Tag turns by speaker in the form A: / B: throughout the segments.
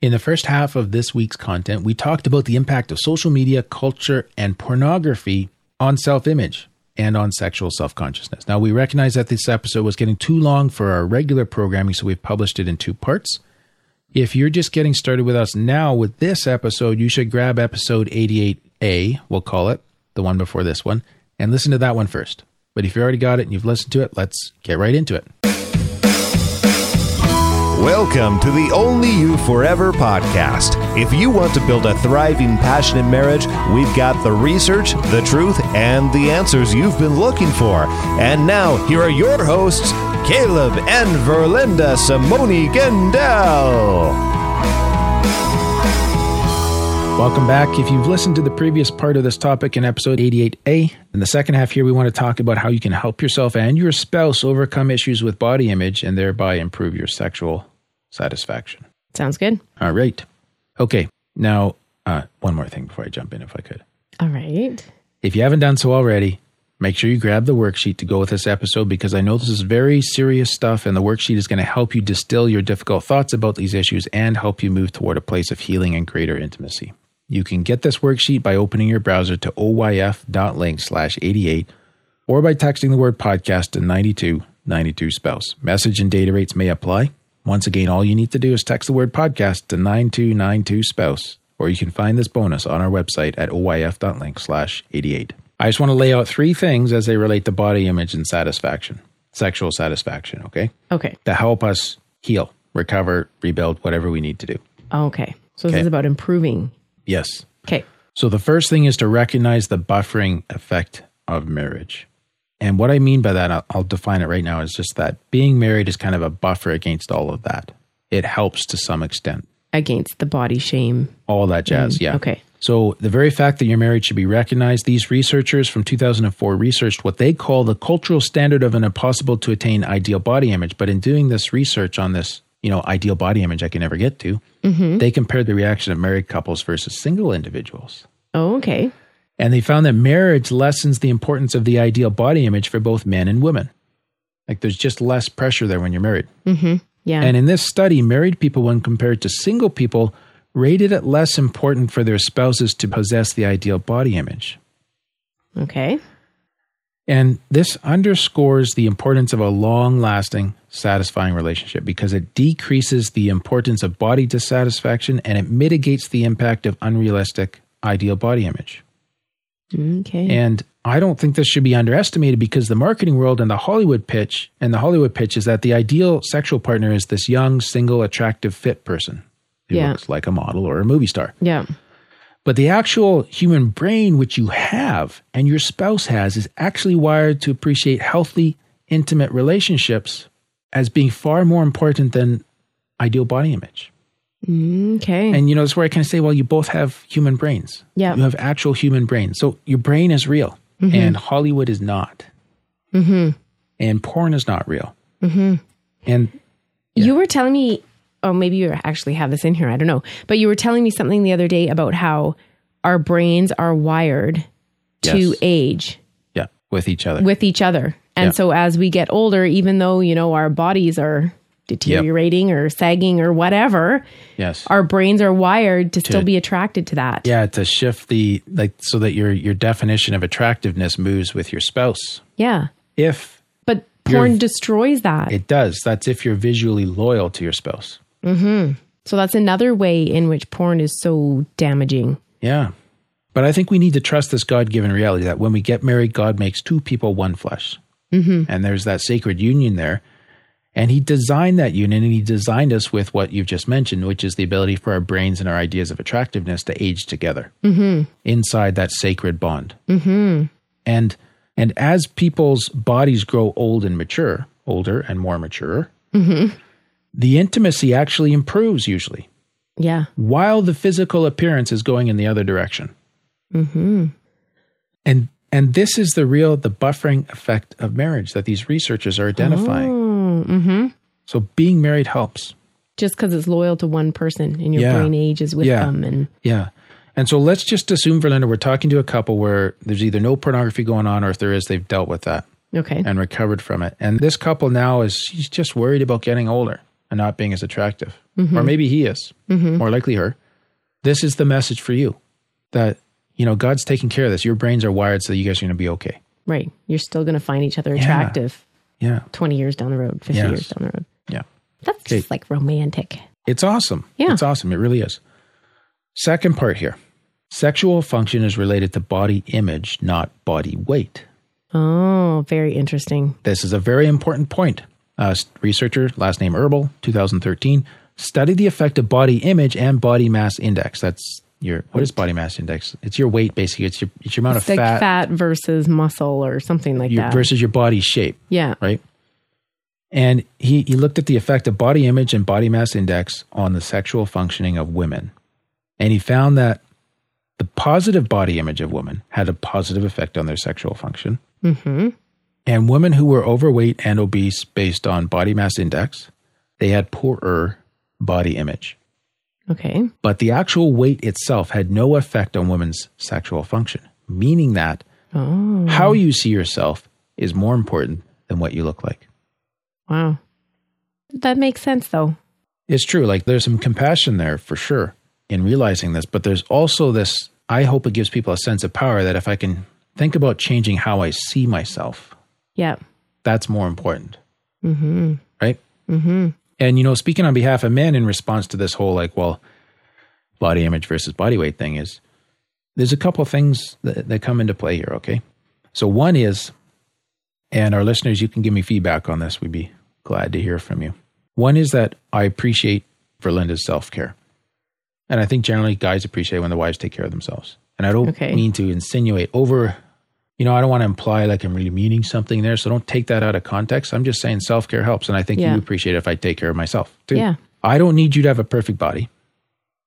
A: In the first half of this week's content, we talked about the impact of social media, culture, and pornography on self image and on sexual self consciousness. Now, we recognize that this episode was getting too long for our regular programming, so we've published it in two parts. If you're just getting started with us now with this episode, you should grab episode 88A, we'll call it, the one before this one, and listen to that one first. But if you already got it and you've listened to it, let's get right into it.
B: Welcome to the Only You Forever podcast. If you want to build a thriving, passionate marriage, we've got the research, the truth, and the answers you've been looking for. And now, here are your hosts, Caleb and Verlinda Simone Gendel.
A: Welcome back. If you've listened to the previous part of this topic in episode 88A, in the second half here, we want to talk about how you can help yourself and your spouse overcome issues with body image and thereby improve your sexual satisfaction.
C: Sounds good.
A: All right. Okay. Now, uh, one more thing before I jump in, if I could.
C: All right.
A: If you haven't done so already, make sure you grab the worksheet to go with this episode because I know this is very serious stuff, and the worksheet is going to help you distill your difficult thoughts about these issues and help you move toward a place of healing and greater intimacy. You can get this worksheet by opening your browser to oyf.link slash 88 or by texting the word podcast to 9292 spouse. Message and data rates may apply. Once again, all you need to do is text the word podcast to 9292 spouse, or you can find this bonus on our website at oyf.link slash 88. I just want to lay out three things as they relate to body image and satisfaction, sexual satisfaction, okay?
C: Okay.
A: To help us heal, recover, rebuild, whatever we need to do.
C: Okay. So this
A: Okay.
C: is about improving.
A: Yes.
C: Okay.
A: So the first thing is to recognize the buffering effect of marriage. And what I mean by that, I'll, I'll define it right now, is just that being married is kind of a buffer against all of that. It helps to some extent,
C: Against the body shame.
A: all that jazz. yeah.
C: Okay.
A: So the very fact that you're married should be recognized. These researchers from 2004 researched what they call the cultural standard of an impossible to attain ideal body image. But in doing this research on this, you know, ideal body image I can never get to, they compared the reaction of married couples versus single individuals.
C: Oh, okay.
A: And they found that marriage lessens the importance of the ideal body image for both men and women. Like there's just less pressure there when you're married.
C: Mm-hmm. Yeah.
A: And in this study, married people, when compared to single people, rated it less important for their spouses to possess the ideal body image.
C: okay.
A: And this underscores the importance of a long lasting, satisfying relationship because it decreases the importance of body dissatisfaction and it mitigates the impact of unrealistic ideal body image.
C: Okay.
A: And I don't think this should be underestimated because the marketing world and the Hollywood pitch and the Hollywood pitch is that the ideal sexual partner is this young, single, attractive, fit person who
C: Yeah.
A: looks like a model or a movie star.
C: yeah.
A: But the actual human brain, which you have and your spouse has, is actually wired to appreciate healthy, intimate relationships as being far more important than ideal body image.
C: Okay.
A: And you know, that's where I kind of say, well, you both have human brains.
C: Hmm. Yeah. Mm-hmm.
A: You have actual human brains. So your brain is real and Hollywood is not. And porn is not real.
C: Mm-hmm.
A: And
C: You were telling me, oh, maybe you actually have this in here. I don't know. But you were telling me something the other day about how our brains are wired to
A: Yes.
C: age
A: yeah, with each other.
C: with each other. And
A: Yeah.
C: so as we get older, even though, you know, our bodies are deteriorating or sagging or whatever,
A: yes.
C: our brains are wired to still be attracted to that.
A: yeah, to shift the like so that your your definition of attractiveness moves with your spouse.
C: Yeah.
A: If
C: But
A: You're-
C: porn destroys that.
A: it does, that's if you're visually loyal to your spouse.
C: so that's another way in which porn is so damaging.
A: Yeah. But I think we need to trust this God given reality that when we get married, God makes two people one flesh. Mm-hmm. And there's that sacred union there. And He designed that union and He designed us with what you've just mentioned, which is the ability for our brains and our ideas of attractiveness to age together inside that sacred bond. Mm-hmm. And, and as people's bodies grow old and mature, older and more mature, Mm-hmm. the intimacy actually improves usually
C: Yeah.
A: while the physical appearance is going in the other direction. Mm-hmm. And and this is the real the buffering effect of marriage that these researchers are identifying.
C: Mm-hmm.
A: So being married helps.
C: Just because it's loyal to one person and your
A: Yeah.
C: brain ages with
A: Yeah.
C: them. And
A: Yeah. And so let's just assume, Verlinda, we're talking to a couple where there's either no pornography going on or if there is, they've dealt with that
C: okay.
A: and recovered from it. And this couple now is she's just worried about getting older. and not being as attractive. Or maybe he is, more likely her. This is the message for you that, you know, God's taking care of this. Your brains are wired so you guys are going to be okay.
C: Right. You're still going to find each other attractive
A: Yeah.
C: 20 years down the road, 50
A: Yes.
C: years down the road.
A: Yeah.
C: That's just like romantic.
A: It's awesome.
C: Yeah.
A: It's awesome. It really is. Second part here sexual function is related to body image, not body weight.
C: Oh, very interesting.
A: This is a very important point. Uh, researcher, last name Herbal, 2013, studied the effect of body image and body mass index. That's your, what is body mass index? It's your weight, basically. It's your, it's your amount
C: It's
A: of
C: like fat,
A: fat,
C: versus muscle or something like
A: your-
C: that.
A: versus your body shape.
C: yeah.
A: right? And he, he looked at the effect of body image and body mass index on the sexual functioning of women. And he found that the positive body image of women had a positive effect on their sexual function.
C: Mm-hmm.
A: And women who were overweight and obese based on body mass index, they had poorer body image.
C: Okay.
A: But the actual weight itself had no effect on women's sexual function, meaning that
C: Oh,
A: how you see yourself is more important than what you look like.
C: wow. That makes sense, though.
A: It's true. Like there's some compassion there for sure in realizing this, but there's also this I hope it gives people a sense of power that if I can think about changing how I see myself,
C: Yeah.
A: that's more important.
C: Mm-hmm.
A: Right.
C: Mm-hmm.
A: And, you know, speaking on behalf of men in response to this whole like, well, body image versus body weight thing is there's a couple of things that, that come into play here. Okay. So one is, and our listeners, you can give me feedback on this. We'd be glad to hear from you. One is that I appreciate Verlinda's self care. And I think generally guys appreciate when the wives take care of themselves. And I don't
C: Okay.
A: mean to insinuate over, you know, I don't want to imply like I'm really meaning something there. So don't take that out of context. I'm just saying self care helps. And I think
C: Yeah.
A: you appreciate it if I take care of myself too.
C: Yeah.
A: I don't need you to have a perfect body.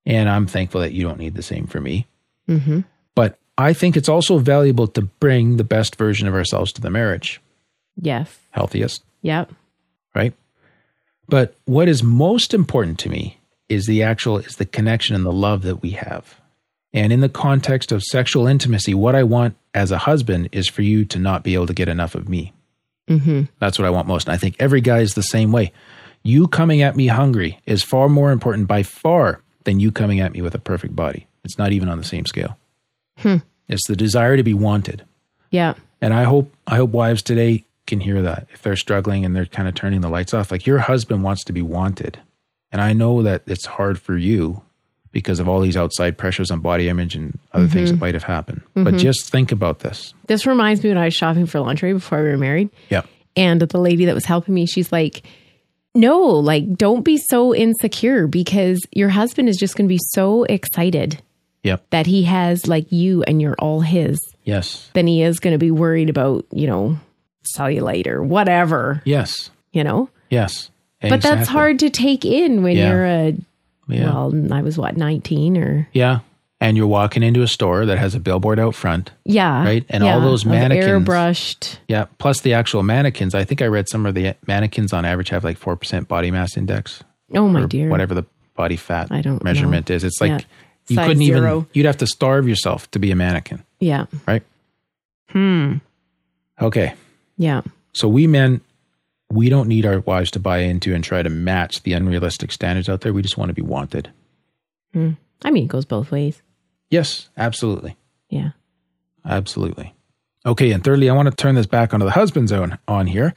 A: And I'm thankful that you don't need the same for me.
C: Mm-hmm.
A: But I think it's also valuable to bring the best version of ourselves to the marriage,
C: Yes.
A: healthiest,
C: Yep.
A: right? But what is most important to me is the actual is the connection and the love that we have. And in the context of sexual intimacy, what I want as a husband is for you to not be able to get enough of me.
C: Mm-hmm.
A: That's what I want most. And I think every guy is the same way. You coming at me hungry is far more important by far than you coming at me with a perfect body. It's not even on the same scale.
C: Hmm.
A: It's the desire to be wanted.
C: Yeah.
A: And I hope I hope wives today can hear that if they're struggling and they're kind of turning the lights off. Like your husband wants to be wanted. And I know that it's hard for you because of all these outside pressures on body image and other things that might have happened. But just think about this.
C: This reminds me when I was shopping for lingerie before we were married.
A: Yeah.
C: And the lady that was helping me, she's like, no, like, don't be so insecure because your husband is just going to be so excited
A: Yep.
C: that he has like you and you're all his.
A: Yes.
C: Then he is going to be worried about, you know, cellulite or whatever,
A: Yes.
C: you know?
A: Yes.
C: But that's
A: Exactly.
C: hard to take in when
A: Yeah.
C: you're a,
A: Yeah.
C: well, I was what, 19 or,
A: Yeah. And you're walking into a store that has a billboard out front.
C: yeah.
A: Right. And
C: yeah,
A: all those
C: of
A: mannequins-
C: Airbrushed.
A: Yeah. Plus the actual mannequins. I think I read somewhere the mannequins on average have like 4% body mass index
C: Oh, my
A: or
C: dear.
A: whatever the body fat
C: I don't know.
A: measurement is. It's like
C: Yeah.
A: you
C: Size
A: couldn't even,
C: zero.
A: you'd have to starve yourself to be a mannequin.
C: Yeah.
A: Right.
C: Hmm.
A: Okay.
C: Yeah.
A: So we men, we don't need our wives to buy into and try to match the unrealistic standards out there. We just want to be wanted.
C: Hmm. I mean, it goes both ways.
A: Yes. Absolutely.
C: Yeah.
A: Absolutely. Okay, and thirdly, I want to turn this back onto the husband's own on here.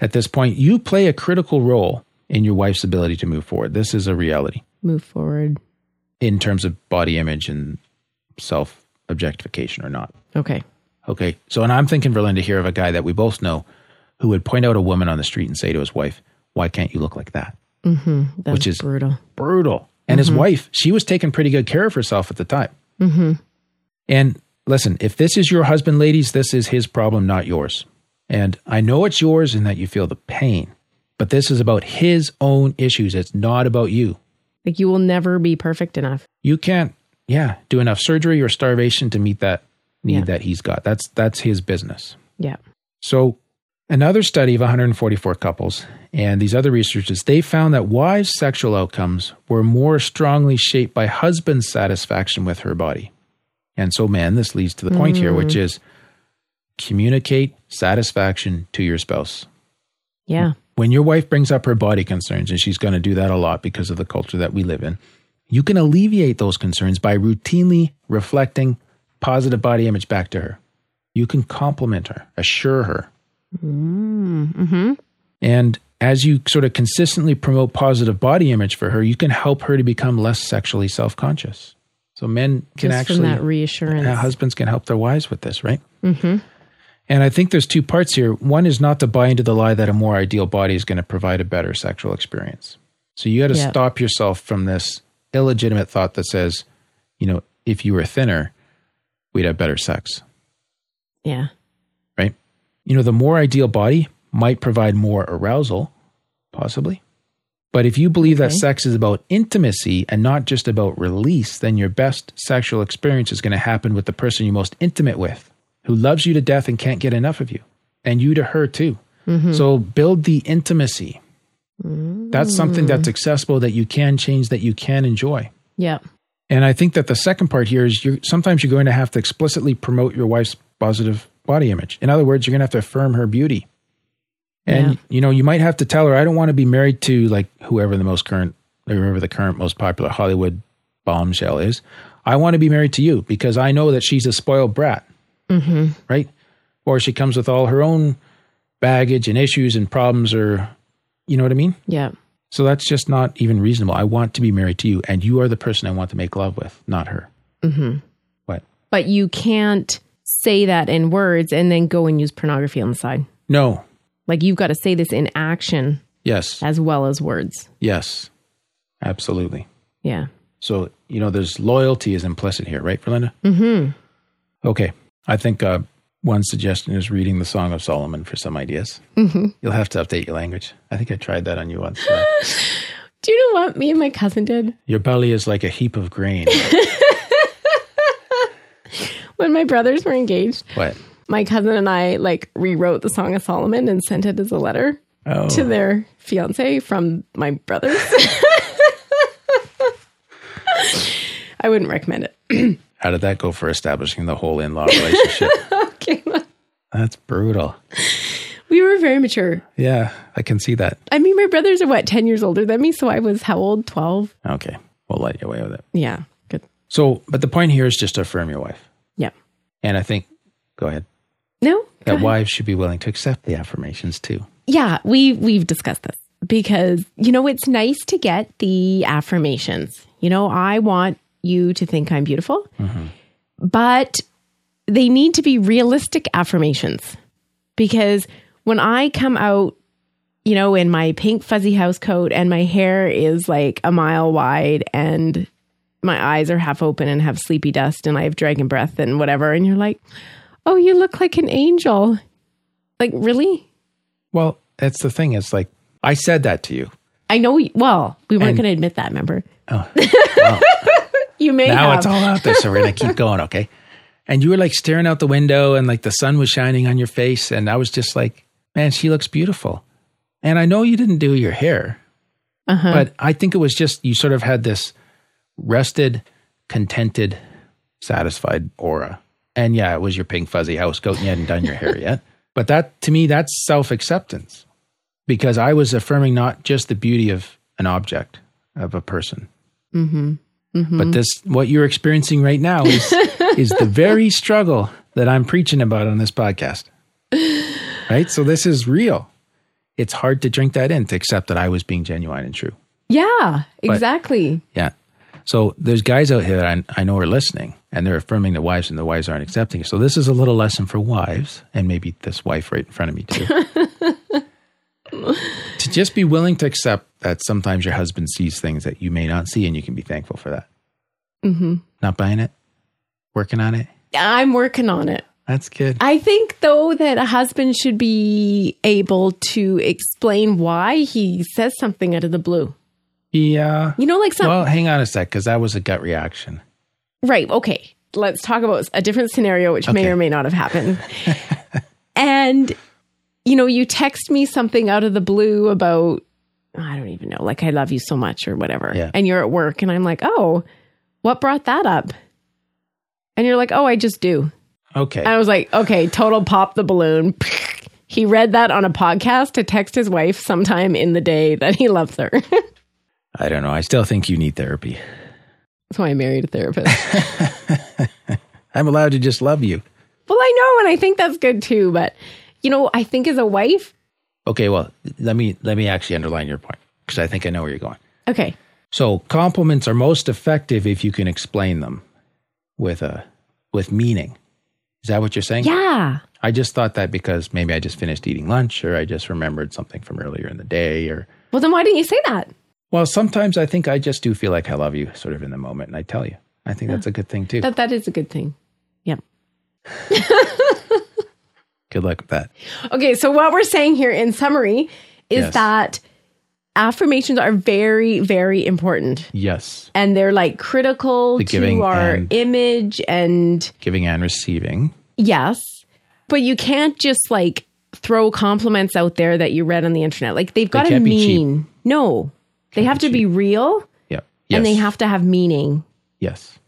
A: At this point, you play a critical role in your wife's ability to move forward. This is a reality
C: Move forward.
A: in terms of body image and self objectification or not.
C: Okay.
A: Okay, so and I'm thinking, Verlinda, here of a guy that we both know who would point out a woman on the street and say to his wife, Why can't you look like that?
C: Mm-hmm. That's
A: Which is-
C: brutal.
A: brutal. And his wife, she was taking pretty good care of herself at the time.
C: Mm-hmm.
A: And listen, if this is your husband, ladies, this is his problem, not yours. And I know it's yours and that you feel the pain, but this is about his own issues. It's not about you.
C: Like you will never be perfect enough.
A: You can't, yeah, do enough surgery or starvation to meet that need
C: Yeah.
A: that he's got. That's that's his business.
C: Yeah.
A: So, another study of 144 couples and these other researchers, they found that wives' sexual outcomes were more strongly shaped by husband's satisfaction with her body. And so, man, this leads to the point here, which is communicate satisfaction to your spouse.
C: Yeah.
A: when your wife brings up her body concerns, and she's going to do that a lot because of the culture that we live in, you can alleviate those concerns by routinely reflecting positive body image back to her. You can compliment her, assure her.
C: Mm, mm-hmm.
A: And as you sort of consistently promote positive body image for her, you can help her to become less sexually self conscious. So men can
C: Just
A: actually
C: from that reassurance.
A: how Uh, husbands can help their wives with this, right? Mm-hmm. And I think there's two parts here. One is not to buy into the lie that a more ideal body is going to provide a better sexual experience. So you got to
C: Yeah.
A: stop yourself from this illegitimate thought that says, you know, if you were thinner, we'd have better sex,
C: yeah.
A: right? You know, the more ideal body might provide more arousal, possibly. But if you believe that
C: Okay.
A: sex is about intimacy and not just about release, then your best sexual experience is going to happen with the person you're most intimate with, who loves you to death and can't get enough of you, and you to her too. So build the intimacy. That's something that's accessible that you can change, that you can enjoy.
C: Yeah.
A: And I think that the second part here is you're sometimes you're going to have to explicitly promote your wife's positive body image. In other words, you're going to have to affirm her beauty. And
C: Yeah.
A: you know, you might have to tell her, I don't want to be married to like whoever the most current I remember the current most popular Hollywood bombshell is. I want to be married to you because I know that she's a spoiled brat. Mm-hmm. Right? Or she comes with all her own baggage and issues and problems or you know what I mean?
C: Yeah.
A: So that's just not even reasonable. I want to be married to you, and you are the person I want to make love with, not her. Mm-hmm. What?
C: But you can't say that in words and then go and use pornography on the side.
A: No.
C: Like you've got to say this in action
A: Yes.
C: as well as words.
A: Yes. Absolutely.
C: Yeah.
A: So you know, there's loyalty is implicit here, right, Verlinda? Mm-hmm. Okay. I think uh, one suggestion is reading the Song of Solomon for some ideas. Mm-hmm. You'll have to update your language. I think I tried that on you once. uh,
C: Do you know what me and my cousin did?
A: your belly is like a heap of grain.
C: When my brothers were engaged,
A: what?
C: my cousin and I like rewrote the Song of Solomon and sent it as a letter
A: Oh.
C: to their fiance from my brothers. I wouldn't recommend it.
A: How did that go for establishing the whole in-law relationship?
C: Okay.
A: That's brutal.
C: We were very mature.
A: Yeah, I can see that.
C: I mean, my brothers are what, 10 years older than me. So I was how old? 12?
A: Okay. We'll let you away with it.
C: Yeah. Good.
A: So, but the point here is just to affirm your wife.
C: Yeah.
A: And I think, go ahead,
C: No? Go
A: that
C: ahead.
A: wives should be willing to accept the affirmations too.
C: yeah. We, we've discussed this because, you know, it's nice to get the affirmations. You know, I want you to think I'm beautiful, but they need to be realistic affirmations because when I come out, you know, in my pink fuzzy house coat and my hair is like a mile wide and my eyes are half open and have sleepy dust and I have dragon breath and whatever. And you're like, oh, you look like an angel. Like, really?
A: Well, that's the thing. It's like, I said that to you.
C: I know. We, well, we weren't
A: And-
C: going to admit that. Remember? Oh, you may
A: Now
C: have.
A: it's all out there. So we're going to keep going. Okay. And you were like staring out the window and like the sun was shining on your face. And I was just like, man, she looks beautiful. And I know you didn't do your hair,
C: Uh-huh.
A: but I think it was just you sort of had this rested, contented, satisfied aura. And yeah, it was your pink fuzzy house coat and you hadn't done your hair yet. But that to me, that's self acceptance because I was affirming not just the beauty of an object, of a person. But this, what you're experiencing right now is, is the very struggle that I'm preaching about on this podcast. Right? So this is real. It's hard to drink that in to accept that I was being genuine and true.
C: yeah, exactly.
A: Yeah. So there's guys out here that I, I know are listening and they're affirming the wives and the wives aren't accepting. So this is a little lesson for wives and maybe this wife right in front of me too. to just be willing to accept that sometimes your husband sees things that you may not see and you can be thankful for that. Mm-hmm. Not buying it, working on it.
C: I'm working on it.
A: That's good.
C: I think, though, that a husband should be able to explain why he says something out of the blue.
A: Yeah.
C: You know, like some
A: Well, hang on a sec because that was a gut reaction.
C: Right. Okay. Let's talk about a different scenario, which may
A: Okay.
C: or may not have happened. and, you know, you text me something out of the blue about, "Oh, I don't even know, like, I love you so much or whatever.
A: Yeah.
C: And you're at work and I'm like, oh, what brought that up? And you're like, oh, I just do.
A: Okay.
C: And I was like, okay, total pop the balloon. He read that on a podcast to text his wife sometime in the day that he loves her.
A: I don't know. I still think you need therapy.
C: That's why I married a therapist.
A: I'm allowed to just love you.
C: well, I know, and I think that's good too. But, you know, I think as a wife,
A: Okay, well, let me let me actually underline your point because I think I know where you're going.
C: okay,
A: So compliments are most effective if you can explain them with a with meaning. Is that what you're saying?
C: yeah,
A: I just thought that because maybe I just finished eating lunch or I just remembered something from earlier in the day or
C: Well, then why didn't you say that?
A: well, sometimes I think I just do feel like I love you sort of in the moment and I tell you. I think that's a good thing too.
C: That that is a good thing. Yep.
A: Good luck with that.
C: Okay, so what we're saying here in summary is
A: Yes.
C: that affirmations are very very important
A: Yes.
C: and they're like critical
A: The giving
C: to our
A: and-
C: image and
A: Giving and receiving.
C: yes, but you can't just like throw compliments out there that you read on the internet. Like they've got to
A: can't be cheap.
C: mean. No. They have to be real
A: Yeah. Yes.
C: and they have to have meaning.
A: Yes.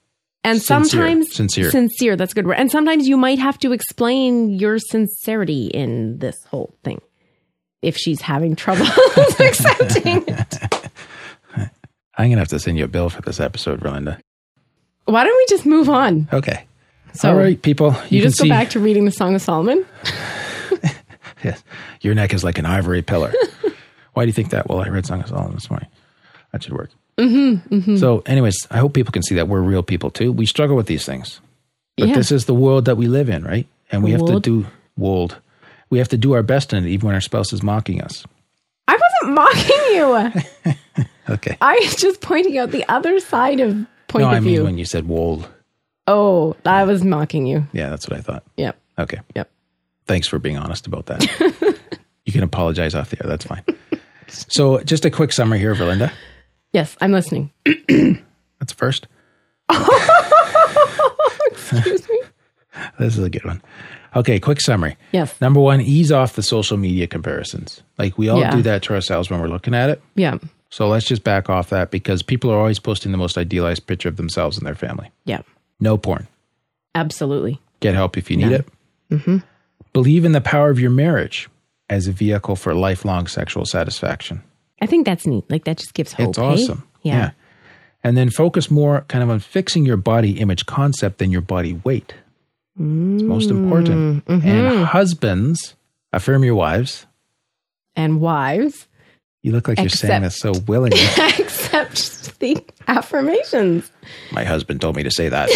C: And
A: Sincere.
C: sometimes
A: Sincere.
C: sincere, that's a good word. And sometimes you might have to explain your sincerity in this whole thing if she's having trouble accepting it.
A: I'm gonna have to send you a bill for this episode, Relinda.
C: Why don't we just move on?
A: Okay.
C: So
A: All right, people.
C: you,
A: You, can
C: just go
A: see
C: back to reading the Song of Solomon.
A: Yes. Your neck is like an ivory pillar. Why do you think that? Well, I read Song of Solomon this morning. That should work. Mm-hmm, So, anyways, I hope people can see that we're real people too. We struggle with these things, but
C: Yeah.
A: this is the world that we live in, right? And we have
C: World.
A: to do world. We have to do our best in it, even when our spouse is mocking us.
C: I wasn't mocking you.
A: Okay.
C: I was just pointing out the other side of point
A: no,
C: of
A: I mean
C: view.
A: when you said world.
C: oh, I was mocking you.
A: Yeah, that's what I thought.
C: Yep.
A: Okay.
C: Yep.
A: Thanks for being honest about that. you can apologize off the air. That's fine. so, just a quick summary here, Verlinda.
C: Yes, I'm listening.
A: That's first.
C: Excuse me.
A: This is a good one. Okay, quick summary.
C: Yes.
A: Number one, ease off the social media comparisons. Like we all
C: Yeah.
A: do that to ourselves when we're looking at it.
C: Yeah.
A: So let's just back off that because people are always posting the most idealized picture of themselves and their family.
C: Yeah.
A: No porn.
C: Absolutely.
A: Get help if you need it. Mm-hmm. Believe in the power of your marriage as a vehicle for lifelong sexual satisfaction.
C: I think that's neat. Like that just gives hope.
A: It's
C: hey?
A: awesome.
C: Yeah.
A: And then focus more kind of on fixing your body image concept than your body weight. It's most important. And husbands, affirm your wives.
C: And wives.
A: You look like you're saying this so willingly.
C: accept the affirmations.
A: My husband told me to say that.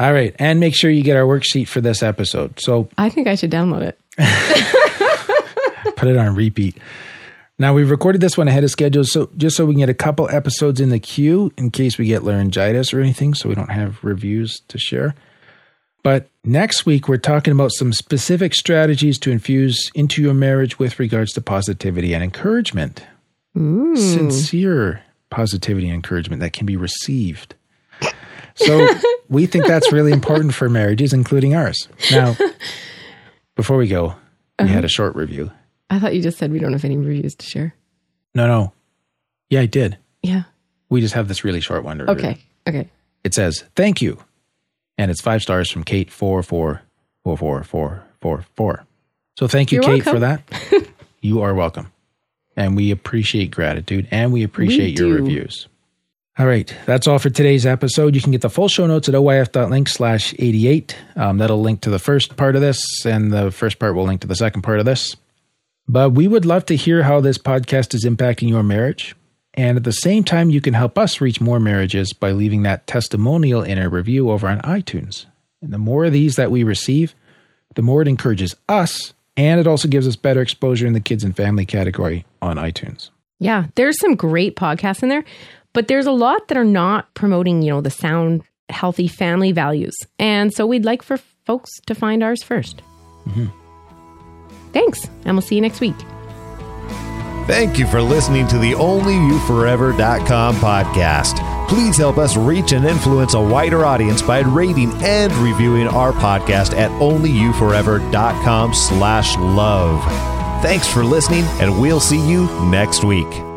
A: All right. And make sure you get our worksheet for this episode. So
C: I think I should download it.
A: put it on repeat. Now, we've recorded this one ahead of schedule, so just so we can get a couple episodes in the queue in case we get laryngitis or anything, so we don't have reviews to share. But next week, we're talking about some specific strategies to infuse into your marriage with regards to positivity and encouragement. Sincere positivity and encouragement that can be received. So, we think that's really important for marriages, including ours. Now, before we go, we had a short review.
C: I thought you just said we don't have any reviews to share.
A: No, no. Yeah, I did.
C: Yeah.
A: We just have this really short one. to read.
C: Okay. Okay.
A: It says, thank you. And it's five stars from Kate four four four four four four four. So thank you,
C: You're
A: Kate, for
C: welcome.
A: that. you are welcome. And we appreciate gratitude and we appreciate
C: do.
A: your reviews. All right. That's all for today's episode. You can get the full show notes at oyf.link slash 88. Um, that'll link to the first part of this, and the first part will link to the second part of this. But we would love to hear how this podcast is impacting your marriage. And at the same time, you can help us reach more marriages by leaving that testimonial in a review over on iTunes. And the more of these that we receive, the more it encourages us. And it also gives us better exposure in the kids and family category on iTunes.
C: Yeah. There's some great podcasts in there, but there's a lot that are not promoting, you know, the sound, healthy family values. And so we'd like for folks to find ours 1st Thanks. And we'll see you next week.
B: Thank you for listening to the OnlyYouForever.com podcast. Please help us reach and influence a wider audience by rating and reviewing our podcast at OnlyYouForever.com slash love. Thanks for listening, and we'll see you next week.